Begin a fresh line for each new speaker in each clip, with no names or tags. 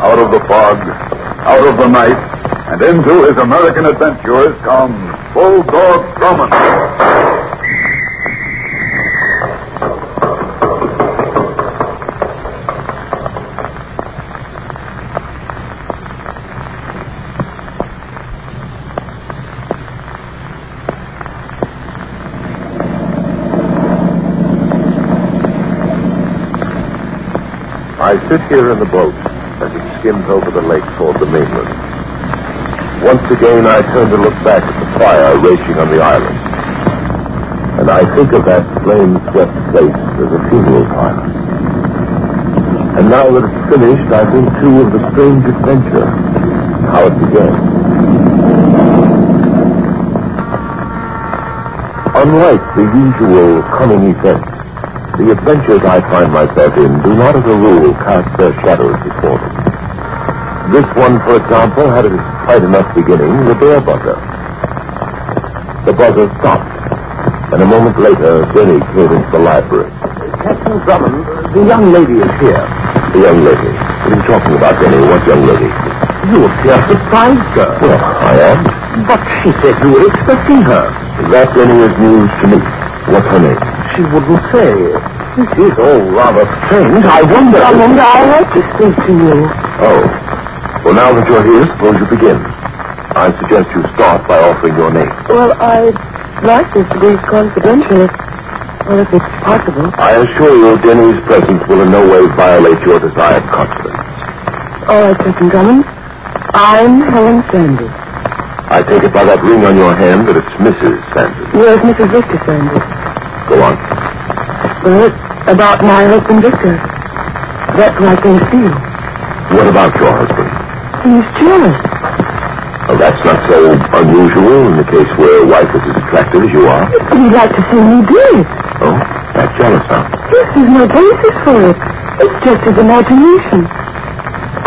Out of the fog, out of the night, and into his American adventures comes Bulldog Drummond.
I sit here in the boat as it skims over the lake toward the mainland. Once again, I turn to look back at the fire raging on the island. And I think of that flame-swept place as a funeral pyre. And now that it's finished, I think too of the strange adventure, how it began. Unlike the usual coming events, the adventures I find myself in do not as a rule cast their shadows before them. This one, for example, had its quite enough beginning with air buzzer. The buzzer stopped, and a moment later, Jenny came into the library.
Captain Drummond, the young lady is here.
The young lady. What are you talking about, Jenny? What young lady?
You appear surprised, sir.
Well, I am.
But she said you were expecting her.
That, Jenny, is news to me. What's her name?
She wouldn't say. This is all rather strange. I wonder.
Drummond, I want to speak to you.
Oh. Well, now that you're here, suppose you begin. I suggest you start by offering your name.
Well, I'd like this to be confidential if, well, if it's possible.
I assure you, Denny's presence will in no way violate your desired confidence.
All right, Captain Drummond. I'm Helen Sandys.
I take it by that ring on your hand that it's Mrs. Sanders.
Where's Mrs. Victor Sandys?
Go on.
Well, it's about my husband, Victor. That's why I came to see you.
What about your husband?
He's jealous.
Now, that's not so unusual in the case where a wife is as attractive as you are.
He'd like to see me dead.
Oh, that's jealous now.
This is no basis for it. It's just his imagination.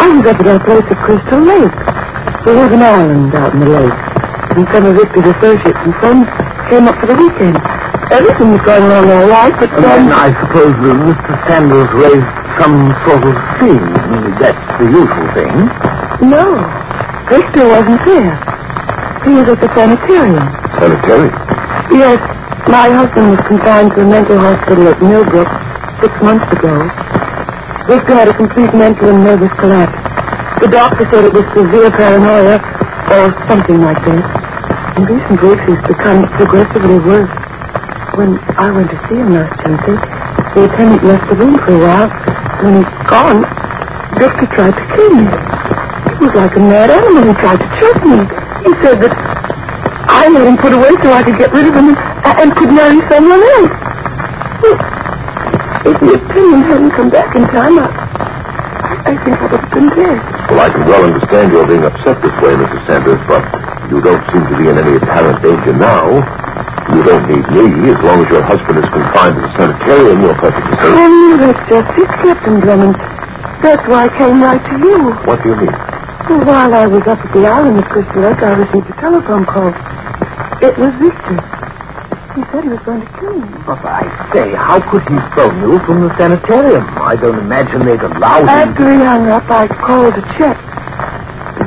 I was up at our place at Crystal Lake. There was an island out in the lake. And some of Victor's associates and friends came up for the weekend. Everything was going on all right, but
And
then...
then I suppose that Mr. Sanders raised some sort of scene. That's the usual thing.
No. Victor wasn't there. He was at the sanitarium.
Sanitary.
Yes, my husband was confined to a mental hospital at Millbrook six months ago. Victor had a complete mental and nervous collapse. The doctor said it was severe paranoia or something like that. In recent weeks, he's become progressively worse. When I went to see him last Tuesday, the attendant left the room for a while. When he's gone, Victor tried to kill me. He was like a mad animal. He tried to choke me. He said that I made him put away so I could get rid of him and, and could marry someone else. Well, if the opinion hadn't come back in time, I, I think I would have been dead.
Well, I can well understand your being upset this way, Mrs. Sanders, but you don't seem to be in any apparent danger now. You don't need me. As long as your husband is confined to the sanitarium, you're perfectly safe.
I knew that's just it, Captain Drummond. That's why I came right to you.
What do you mean?
Well, while I was up at the island of Crystal Lake, I received a telephone call. It was Victor. He said he was going to kill me.
But I say, how could he phone you from the sanitarium? I don't imagine they'd allow him.
After he hung up, I called to check.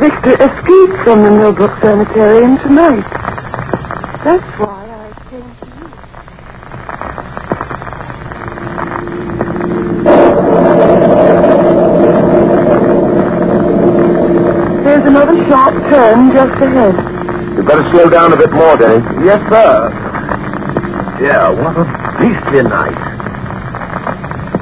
Victor escaped from the Millbrook Sanitarium tonight. That's why I came to you. There's another sharp turn just ahead.
You'd better slow down a bit more, Denny.
Yes, sir. Yeah, what a beastly night.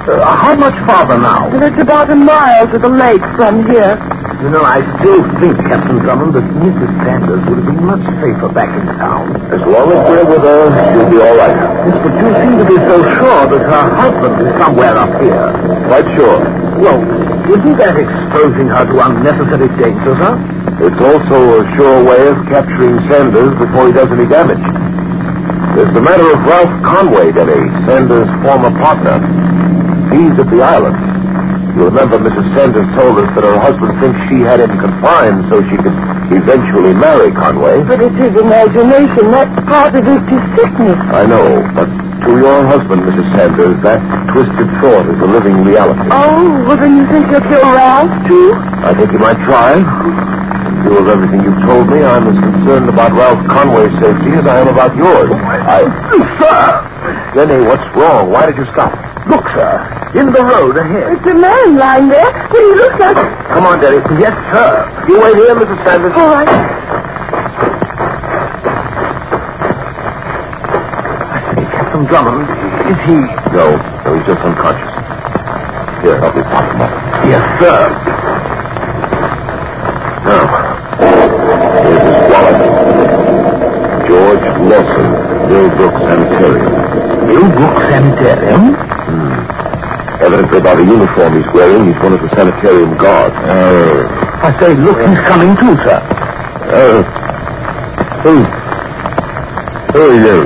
Uh, how much farther now?
And it's about a mile to the lake from here.
You know, I still think, Captain Drummond, that Mrs. Sanders would have been much safer back in town.
As long as we're with her, she'll be all right.
Yes, but you seem to be so sure that her husband is somewhere up here.
Quite sure.
Well, isn't that exposing her to unnecessary danger, sir?
It's also a sure way of capturing Sanders before he does any damage. There's the matter of Ralph Conway, Denny, Sanders' former partner. He's at the island. You remember Mrs. Sanders told us that her husband thinks she had him confined so she could eventually marry Conway.
But it is imagination. That's positive to sickness.
I know, but to your husband, Mrs. Sanders, that twisted thought is a living reality.
Oh, well, then you think you'll kill Ralph, too?
I think you might try. In view of everything you've told me, I'm as concerned about Ralph Conway's safety as I am about yours. I...
Sir!
Jenny, what's wrong? Why did you stop?
Look, sir. In the road ahead.
It's a man lying there. What do you look like?
Come on, Daddy.
Yes, sir. You wait here, Mrs. Sanders.
All right.
Captain Drummond, is he...
No, no, he's just unconscious. Here, help me pop him up.
Yes, sir.
Now, here's his wallet. George Lawson, Millbrook Sanitarium.
Millbrook Sanitarium?
Hmm. Evidently by the uniform he's wearing, he's one of the sanitarium guards. Uh,
Oh. I say, look, he's coming too, sir.
uh, who? Who are you?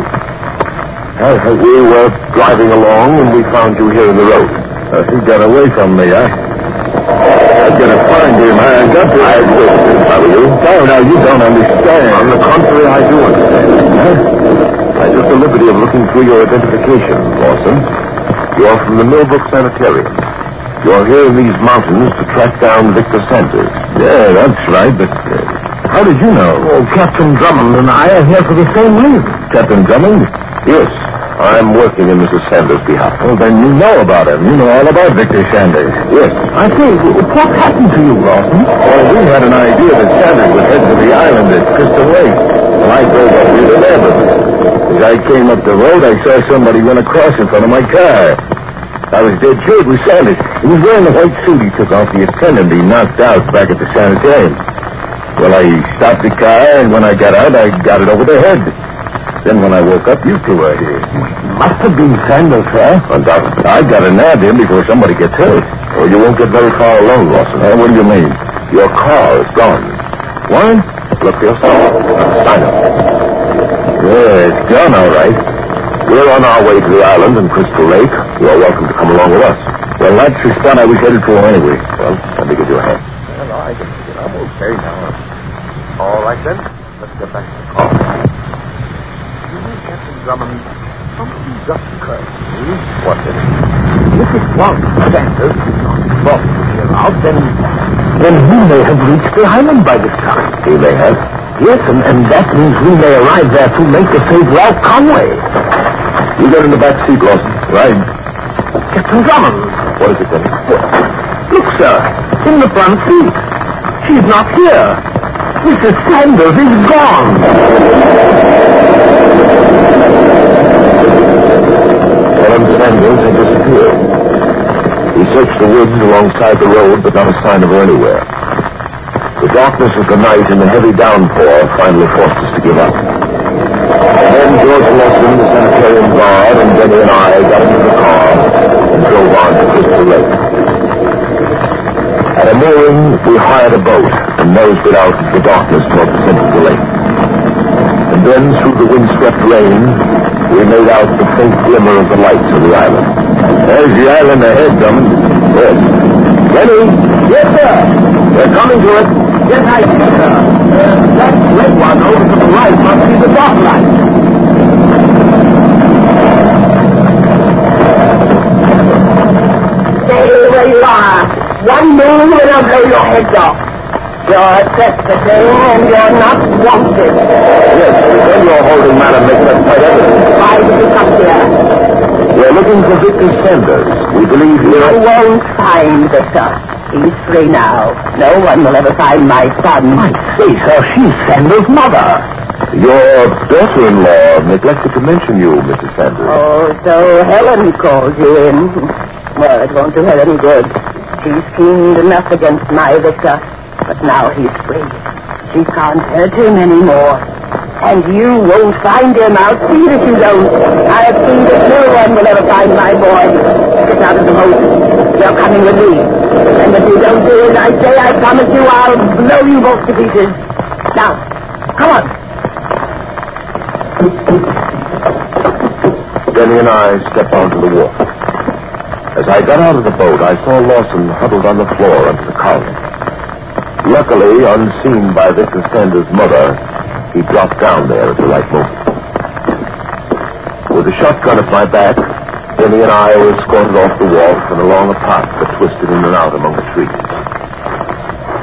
Uh, we were driving along and we found you here in the road.
Uh, he got away from me. I, I'm going to find him. I got to.
I will, if I were you.
Oh, now you don't
On
understand.
the contrary, I do understand. I took the liberty of looking through your identification, Lawson. You're from the Millbrook Sanitarium. You're here in these mountains to track down Victor Sanders.
Yeah, that's right, but uh, how did you know?
Oh, Captain Drummond and I are here for the same reason.
Captain Drummond?
Yes, I'm working in Mrs. Sanders' behalf.
Well, then you know about him. You know all about Victor Sanders.
Yes.
I say, what happened to you, Lawson?
Well, we had an idea that Sanders would head for the island at Crystal Lake. When I drove up here to Melbourne, as I came up the road, I saw somebody run across in front of my car. I was dead sure it was Sanders. He was wearing the white suit he took off the attendant he knocked out back at the sanitarium. Well, I stopped the car, and when I got out, I got it over the head. Then when I woke up, you two were here.
Must have been Sanders, sir.
Undoubtedly. I gotta nab him before somebody gets hurt.
Well, Oh, you won't get very far alone, Lawson.
Uh, what do you mean?
Your car is gone.
What?
Look yourself. Sign up.
Yeah, it's gone all right.
We're on our way to the island in Crystal Lake. You are welcome to come along with us.
Well, that's the spot I was headed for anyway.
Well, let me give you a hand.
Well, I can get up okay now. All right, then. Let's get back to the car. You know, Captain Drummond, something just occurred to me. What is it? If it was Sanders who knocked Bob here out, then... Then he may have reached the island by this time.
He may have.
Yes, and, and that means we may arrive there too late to save Ralph Conway.
You get in the back seat, Lawson. Right.
Captain Drummond,
What is it then?
Look, sir, in the front seat. She's not here. Mrs. Sanders is gone.
Helen Sanders had disappeared. We searched the woods alongside the road, but not a sign of her anywhere. The darkness of the night and the heavy downpour finally forced us to give up. Then George Lawson, the sanitarium guard, and Denny and I got into the car and drove on to Crystal Lake. At a mooring, we hired a boat and nosed it out into the darkness toward the center of the lake. And then, through the windswept rain, we made out the faint glimmer of the lights of the island.
There's the island ahead, Drummond.
Yes. Ready? Yes, sir. They're coming to it.
Yes, I see, sir. Uh, that red one over to the right must be the dark light.
Stay where you are. One move and I'll blow your heads off. You're trespassing and you're not wanted.
Yes, the gun you're holding, madam, makes that quite evident.
Why did you come here?
We're looking for Victor Sanders. We believe he
You
might...
won't find Victor. He's free now. No one will ever find my son.
I say, sir, she's Sanders' mother.
Your daughter-in-law neglected to mention you, Mrs. Sanders.
Oh, so Helen calls you in. Well, it won't do her any good. She's schemed enough against my Victor, but now he's free. She can't hurt him anymore. And you won't find him. I'll see that you don't. I'll see that no one will ever find my boy. Get out of the boat. You're coming with me. And if you don't do as I say, I promise you I'll blow you both to pieces. Now, come on.
Denny and I stepped onto the wharf. As I got out of the boat, I saw Lawson huddled on the floor under the column. Luckily, unseen by Victor Sanders' mother, he dropped down there at the right moment. With a shotgun at my back, Benny and I were escorted off the wharf and along a path that twisted in and out among the trees.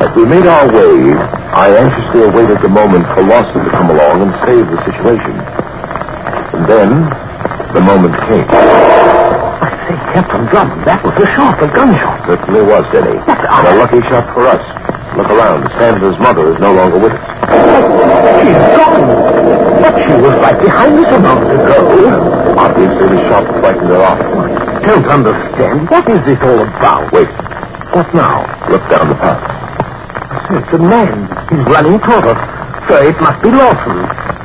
As we made our way, I anxiously awaited the moment for Lawson to come along and save the situation. And then, the moment came.
I say, Captain Drummond, that was a shot, a gunshot.
Certainly was, Denny. And a lucky shot for us. Look around. Sanders' mother is no longer with us.
She's gone. But she was right behind us a moment ago.
Obviously, the shot frightened her off.
I don't understand. What is this all about?
Wait.
What now?
Look down the path.
I say, it's a man. He's running toward us. So it must be Lawson.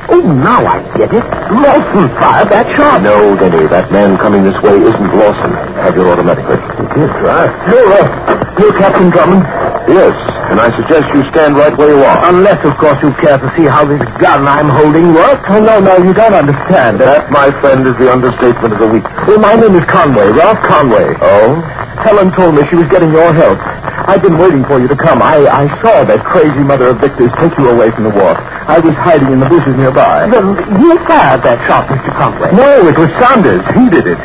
Oh, now I get it. Lawson fired that shot.
No, Denny, that man coming this way isn't Lawson. Have your automatic ready.
Yes, right.
You're up.
You, uh, Captain Drummond?
Yes, and I suggest you stand right where you are.
Unless, of course, you care to see how this gun I'm holding works.
Oh, no, no, you don't understand. That, my friend, is the understatement of the week.
Well, my name is Conway, Ralph Conway.
Oh?
Helen told me she was getting your help. I've been waiting for you to come. I, I saw that crazy mother of Victor's take you away from the wharf. I was hiding in the bushes nearby. Then you fired that shot, Mr. Conway.
No, it was Saunders. He did it.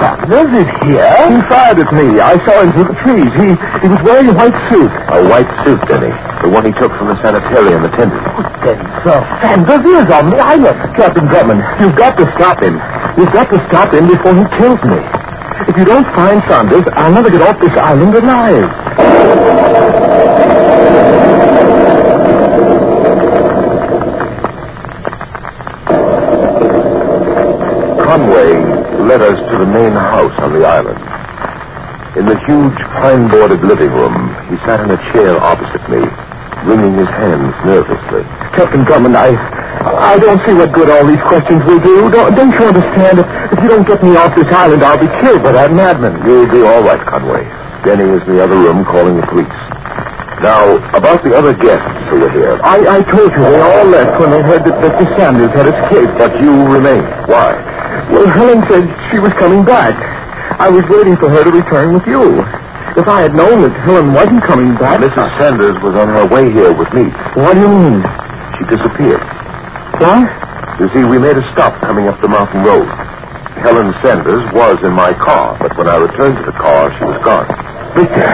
Saunders is here?
He fired at me. I saw him through the trees. He, he was wearing a white suit. A white suit, Denny. The one he took from the sanitarium attendant.
Then, sir, Sanders is on the island.
Captain Drummond, you've got to stop him. You've got to stop him before he kills me. If you don't find Saunders, I'll never get off this island alive. Conway led us to the main house on the island. In the huge pine boarded living room, he sat in a chair opposite me, wringing his hands nervously.
Captain Drummond, I, I don't see what good all these questions will do. Don't, don't you understand? If you don't get me off this island, I'll be killed by that madman.
You'll do all right, Conway. Denny is in the other room calling the police. Now, about the other guests who were here.
I, I told you they all left when they heard that Mr. Sanders had escaped.
But you remained. Why?
Well, Helen said she was coming back. I was waiting for her to return with you. If I had known that Helen wasn't coming back.
Mrs. Sanders was on her way here with me.
What do you mean?
She disappeared.
What?
You see, we made a stop coming up the mountain road. Helen Sanders was in my car, but when I returned to the car, she was gone.
Victor,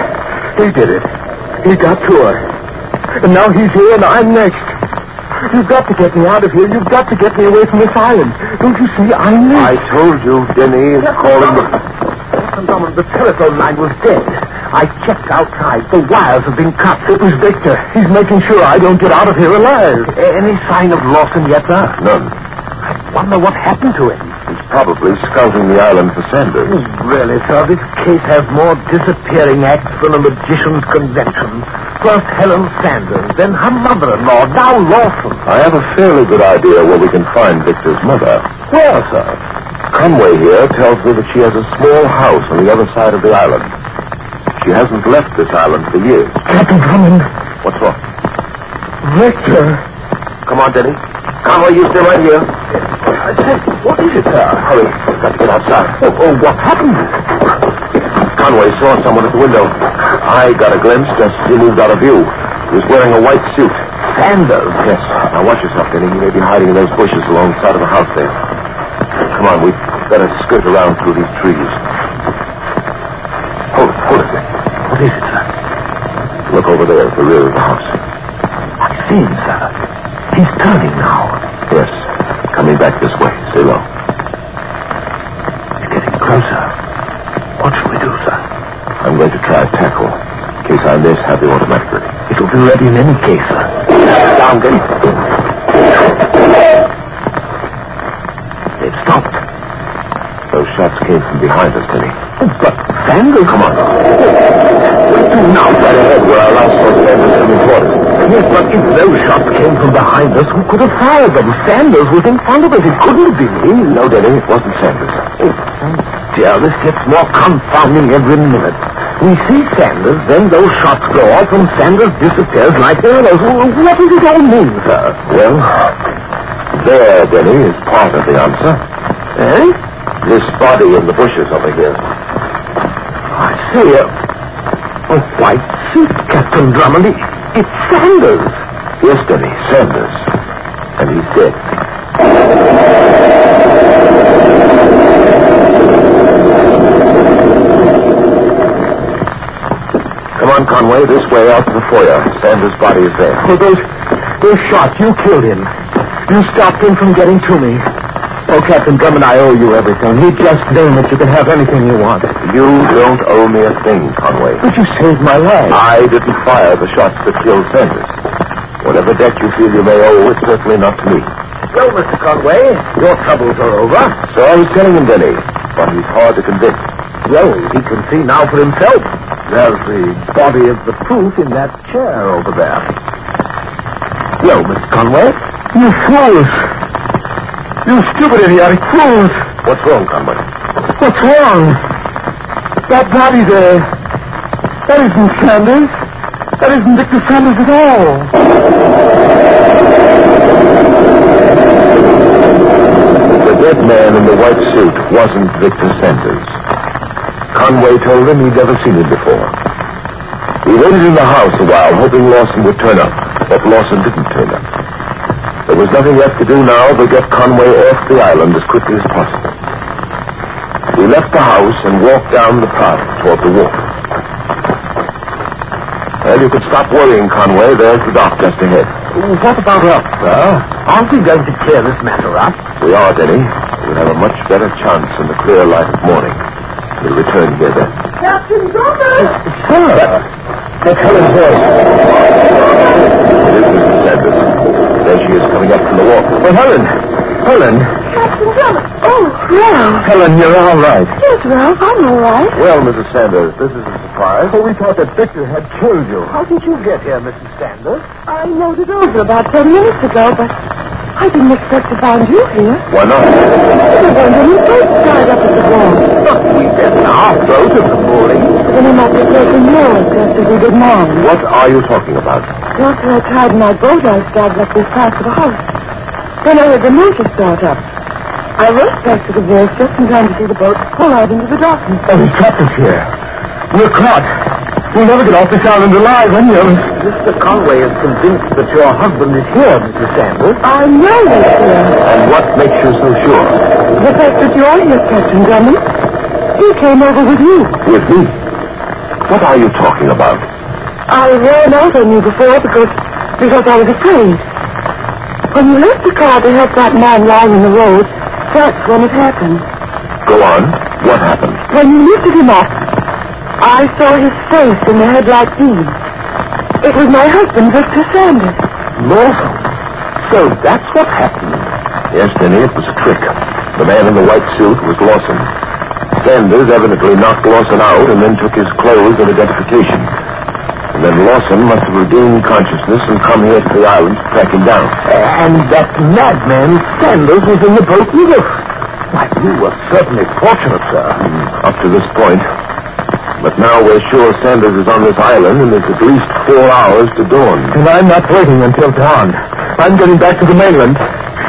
he did it. He got to her. And now he's here and I'm next. You've got to get me out of here. You've got to get me away from this island. Don't you see? I'm next.
I told you, Denny is calling the.
Captain Drummond, the telephone line was dead. I checked outside. The wires have been cut. It was Victor. He's making sure I don't get out of here alive. A- Any sign of Lawson yet, sir?
None.
I wonder what happened to him.
He's probably scouting the island for Sanders.
Hmm, Really, sir, this case has more disappearing acts than a magician's convention. First Helen Sanders, then her mother-in-law, now Lawson.
I have a fairly good idea where we can find Victor's mother.
Where, sir?
Conway here tells me that she has a small house on the other side of the island. She hasn't left this island for years.
Captain Drummond,
What's wrong?
Victor.
Come on, Denny. Conway, you stay right here.
I say, what is it, sir?
Hurry. We've got to get outside.
Oh, oh, what happened?
Conway saw someone at the window. I got a glimpse just as he moved out of view. He was wearing a white suit.
Sanders.
Yes. Now watch yourself, Denny. He may be hiding in those bushes alongside of the house there. Come on, we'd better skirt around through these trees. Hold it, hold it.
What is it, sir?
Look over there at the rear of the house.
I see him, sir. He's turning now.
Yes. Coming back this way. Stay low.
He's getting closer. What shall we do, sir?
I'm going to try tackle. In case I miss, have the automatic ready.
It'll be ready in any case, sir.
Down, Denny.
They've stopped.
Those shots came from behind us, Denny.
But Sanders,
Come on. Do now. Right ahead where our last saw Sanders coming toward us.
Yes, but if those shots came from behind us, who could have fired them? Sanders was in front of us. It couldn't be me.
No, Denny, it wasn't Sanders.
Dear, this gets more confounding every minute. We see Sanders, then those shots go off, and Sanders disappears like arrows. What does it all mean, sir?
Well, there, Denny, is part of the answer.
Eh?
This body in the bushes over here.
clear. A white suit, Captain Drummond. It, it's Sanders.
Yesterday, Sanders. And he's dead. Come on, Conway, this way out to the foyer. Sanders' body is there.
Oh, those, those shots, you killed him. You stopped him from getting to me. Oh, Captain Drummond, I owe you everything. You just name it. You can have anything you want.
You don't owe me a thing, Conway.
But you saved my life.
I didn't fire the shots that killed Sanders. Whatever debt you feel you may owe is certainly not to me.
Well, Mr. Conway, your troubles are over.
So I was telling him, Denny, but he's hard to convince.
Well, he can see now for himself. There's the body of the proof in that chair over there.
Well, Mr. Conway. You fools. You stupid idiotic fools.
What's wrong, Conway?
What's wrong? That body there. That isn't Sanders. That isn't Victor Sanders at all.
The dead man in the white suit wasn't Victor Sanders. Conway told him he'd never seen him before. We waited in the house a while, hoping Lawson would turn up, but Lawson didn't turn up. There was nothing left to do now but get Conway off the island as quickly as possible. We left the house and walked down the path toward the wharf. Well, you could stop worrying, Conway. There's the dock just ahead.
What about us, sir? Aren't we going to clear this matter up?
We are, Denny. We'll have a much better chance in the clear light of morning. We'll return Uh, here then.
Captain Drummond!
Sir!
That's Helen's voice. This is Sanders. There she is coming up from the walk.
Well, Helen. Helen.
Captain Drummond! Oh, Ralph.
Helen, you're all right.
Yes, Ralph, I'm all right.
Well, Mrs. Sanders, this is a surprise.
Oh, we thought that Victor had killed you.
How did you get here, Mrs.
Sanders?
I mowed it over about ten minutes ago, but I didn't expect to find you here.
Why not?
There weren't any boats tied up at the wall.
But we didn't. Our boat in the morning.
Then he must have taken yours just as he did mine.
What are you talking about?
After I tied my boat, I started up this past the house. Then I heard the motor start up. I raced back to the wharf just in time to see the boat pull out into the darkness.
Oh, he's trapped us here. We're caught. We'll never get off this island alive, any of us.
Mr. Conway is convinced that your husband is here, Mrs. Sanders.
I know he's here.
And what makes you so sure?
The fact that you're here, Captain Drummond. He came over with you.
With me? What are you talking about?
I ran out on you before because because I was afraid. When you left the car to help that man lying in the road, that's when it happened.
Go on. What happened?
When you lifted him up, I saw his face in the headlight beam. It was my husband, Victor Sanders.
Lawson. So that's what happened. Yes, Denny, it was a trick. The man in the white suit was Lawson. Sanders evidently knocked Lawson out and then took his clothes and identification. And then Lawson must have regained consciousness and come here to the island to track him down.
And that madman Sanders was in the boat with us. Why, you were certainly fortunate, sir. Hmm.
Up to this point. But now we're sure Sanders is on this island and it's at least four hours to dawn.
And I'm not waiting until dawn. I'm getting back to the mainland.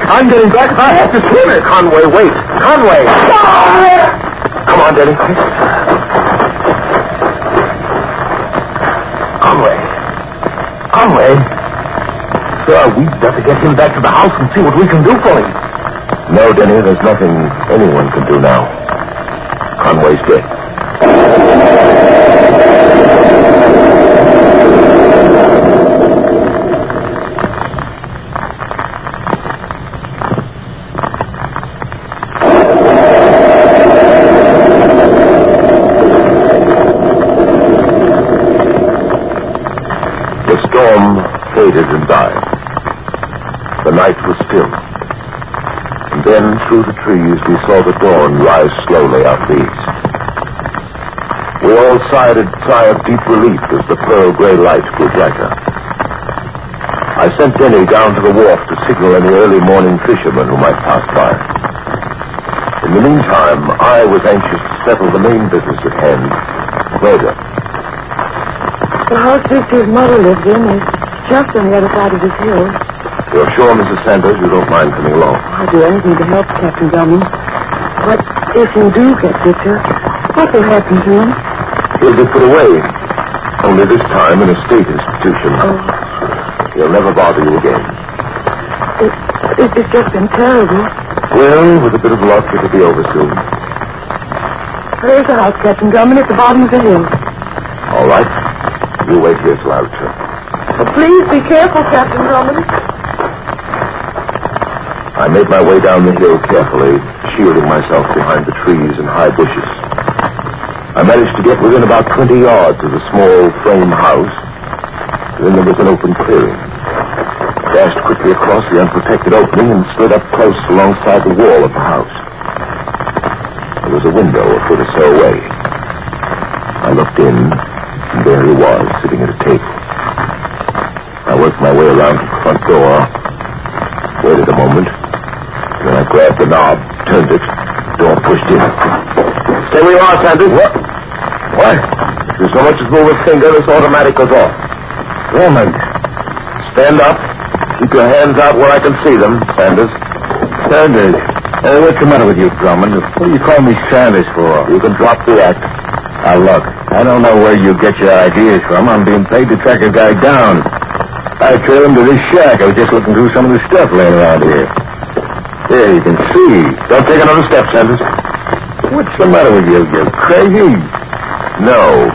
I'm getting back. I have to swim Ah! it.
Conway, wait. Conway! Come on, Denny. Conway. Conway. Sir, we'd better get him back to the house and see what we can do for him. No, Denny, there's nothing anyone can do now. Conway's dead. The storm faded and died. The night was still. And then through the trees we saw the dawn rise slowly out of the east. We all sighed a sigh of deep relief as the pearl gray light grew brighter. I sent Denny down to the wharf to signal any early morning fishermen who might pass by. In the meantime, I was anxious to settle the main business at hand, murder.
The house Victor's mother lived in is just on the other side of this hill.
You're sure, Mrs. Sanders, you don't mind coming along?
I'd do anything to help Captain Drummond. But if you do get Victor, what will happen to him?
He'll get put away. Only this time in a state institution.
Oh.
He'll never bother you again.
It, it, it's just been terrible.
Well, with a bit of luck, it'll be over soon.
There's a house, Captain Drummond, at the bottom of the hill.
All right. You wait here till I return.
But please be careful, Captain Drummond.
I made my way down the hill carefully, shielding myself behind the trees and high bushes. I managed to get within about 20 yards of the small frame house. Then there was an open clearing. Dashed quickly across the unprotected opening and slid up close alongside the wall of the house. There was a window a foot or so away. I looked in, and there he was, sitting at a table. I worked my way around to the front door, waited a moment, then I grabbed the knob, turned it, door pushed in. Stay where you are, Sanders. What? What? If you so much as move a finger, this automatic goes off. Raymond. Stand up. Keep your hands out where I can see them, Sanders.
Sanders. Hey, uh, what's the matter with you, Drummond? What do you call me Sanders for?
You can drop the act.
Now, look, I don't know where you get your ideas from. I'm being paid to track a guy down. I trailed him to this shack. I was just looking through some of the stuff laying around here. There, you can see.
Don't take another step, Sanders.
What's the matter with you? You're crazy.
No,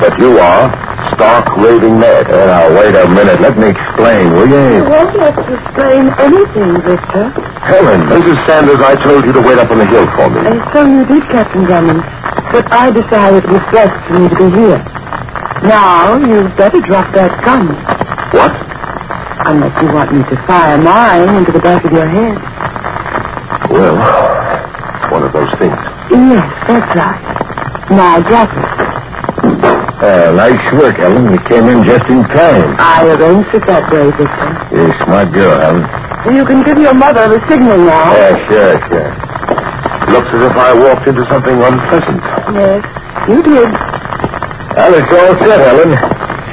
but you are stark raving mad.
Oh, now, wait a minute. Let me explain, will
You
you?
won't let us explain anything, Victor.
Helen,
Mrs. Sanders, I told you to wait up on the hill for me.
And so you did, Captain Drummond. But I decided it was best for me to be here. Now, you'd better drop that gun.
What?
Unless you want me to fire mine into the back of your head.
Well, one of those things.
Yes, that's right. Now, drop it.
uh, nice work, Helen. You came in just in time.
I arranged it that way, Victor.
You're a smart girl, Helen.
You can give your mother the signal now.
Yeah, sure, sure.
Looks as if I walked into something unpleasant.
Yes, you did.
Well, it's all set, Helen.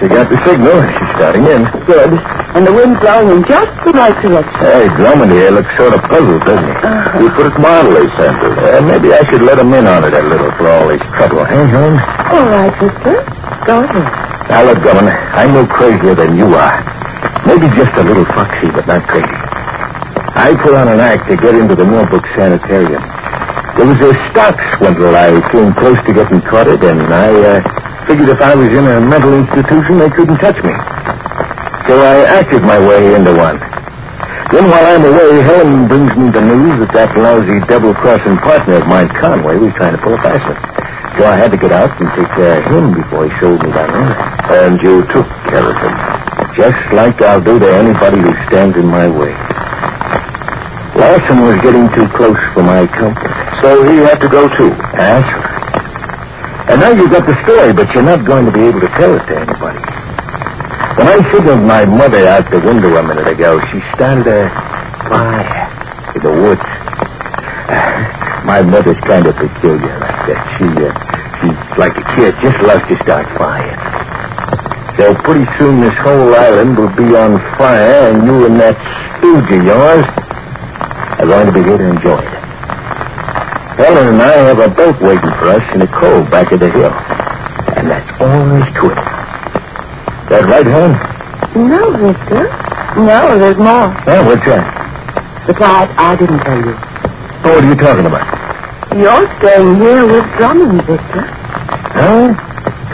She got the signal. She's starting in.
Good. And the wind blowing in just the right direction.
Hey, Drummond here looks sort of puzzled, doesn't he?
You put it mildly, Sanders.
Uh, maybe I should let him in on it a little for all his trouble, eh, Helen?
All right, Victor. Go ahead.
Now, look, Drummond, I'm no crazier than you are. Maybe just a little foxy, but not crazy. I put on an act to get into the Norfolk Sanitarium. There was a stock swindle I came close to getting caught in, and I uh, figured if I was in a mental institution, they couldn't touch me. So I acted my way into one. Then while I'm away, Helen brings me the news that that lousy double-crossing partner of mine, Conway, was trying to pull a fast one. So I had to get out and take care of him before he sold me down there.
And you took care of him.
Just like I'll do to anybody who stands in my way. Lawson was getting too close for my comfort.
So he had to go too.
That's right. And now you've got the story, but you're not going to be able to tell it to anybody. When I signaled my mother out the window a minute ago, she started a fire in the woods. My mother's kind of peculiar like that. She, uh, she's like a kid, just loves to start fires. So pretty soon this whole island will be on fire, and you and that stooge of yours are going to be here to enjoy it. Helen and I have a boat waiting for us in a cove back of the hill. And that's all there is to it. That right, Helen?
No, Victor. No, there's more.
Yeah, what's that?
The part I didn't tell you.
Oh, what are you talking about?
You're staying here with Drummond, Victor.
Huh?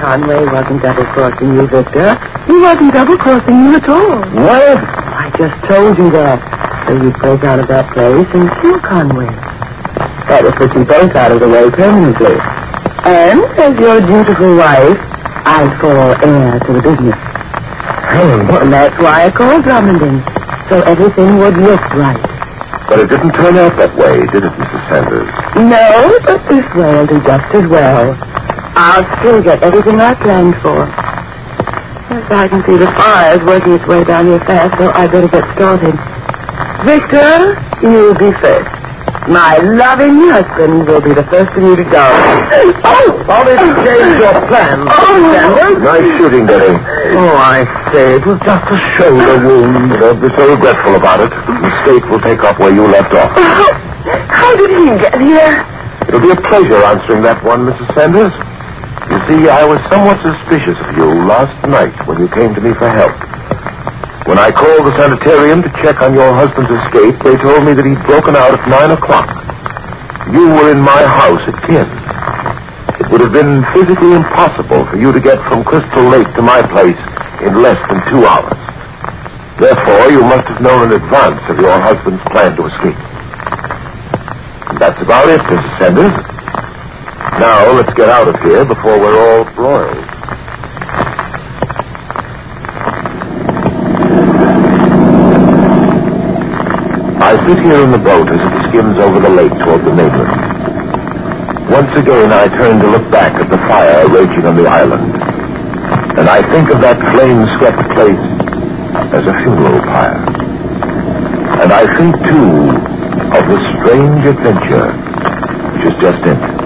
Conway wasn't double-crossing you, Victor. He wasn't double-crossing you at all.
What?
I just told you that. So you break out of that place and kill Conway. That will put you both out of the way permanently. And as your dutiful wife, I fall heir to the business.
Helen, what?
And that's why I called Drummond in, so everything would look right.
But it didn't turn out that way, did it, Mrs. Sanders?
No, but this way will do just as well. I'll still get everything I planned for. Yes, I can see the fire is working its way down here fast, so I better get started. Victor, you'll be first. My loving husband will be the first of you to go. Oh!
All this changed your plan,
Oh.
Sanders.
Nice shooting, Betty.
Oh, I say, it was just a
Shoulder wound. Don't be so regretful about it. The mistake will take up where you left off.
How, how did he get here?
It'll be a pleasure answering that one, Mrs. Sanders. You see, I was somewhat suspicious of you last night when you came to me for help. When I called the sanitarium to check on your husband's escape, they told me that he'd broken out at 9 o'clock. You were in my house at 10. It would have been physically impossible for you to get from Crystal Lake to my place in less than two hours. Therefore, you must have known in advance of your husband's plan to escape. And that's about it, Mrs. Sanders. Now, let's get out of here before we're all broiled. I sit here in the boat as it skims over the lake toward the mainland. Once again, I turn to look back at the fire raging on the island. And I think of that flame-swept place as a funeral pyre. And I think, too, of the strange adventure which has just ended.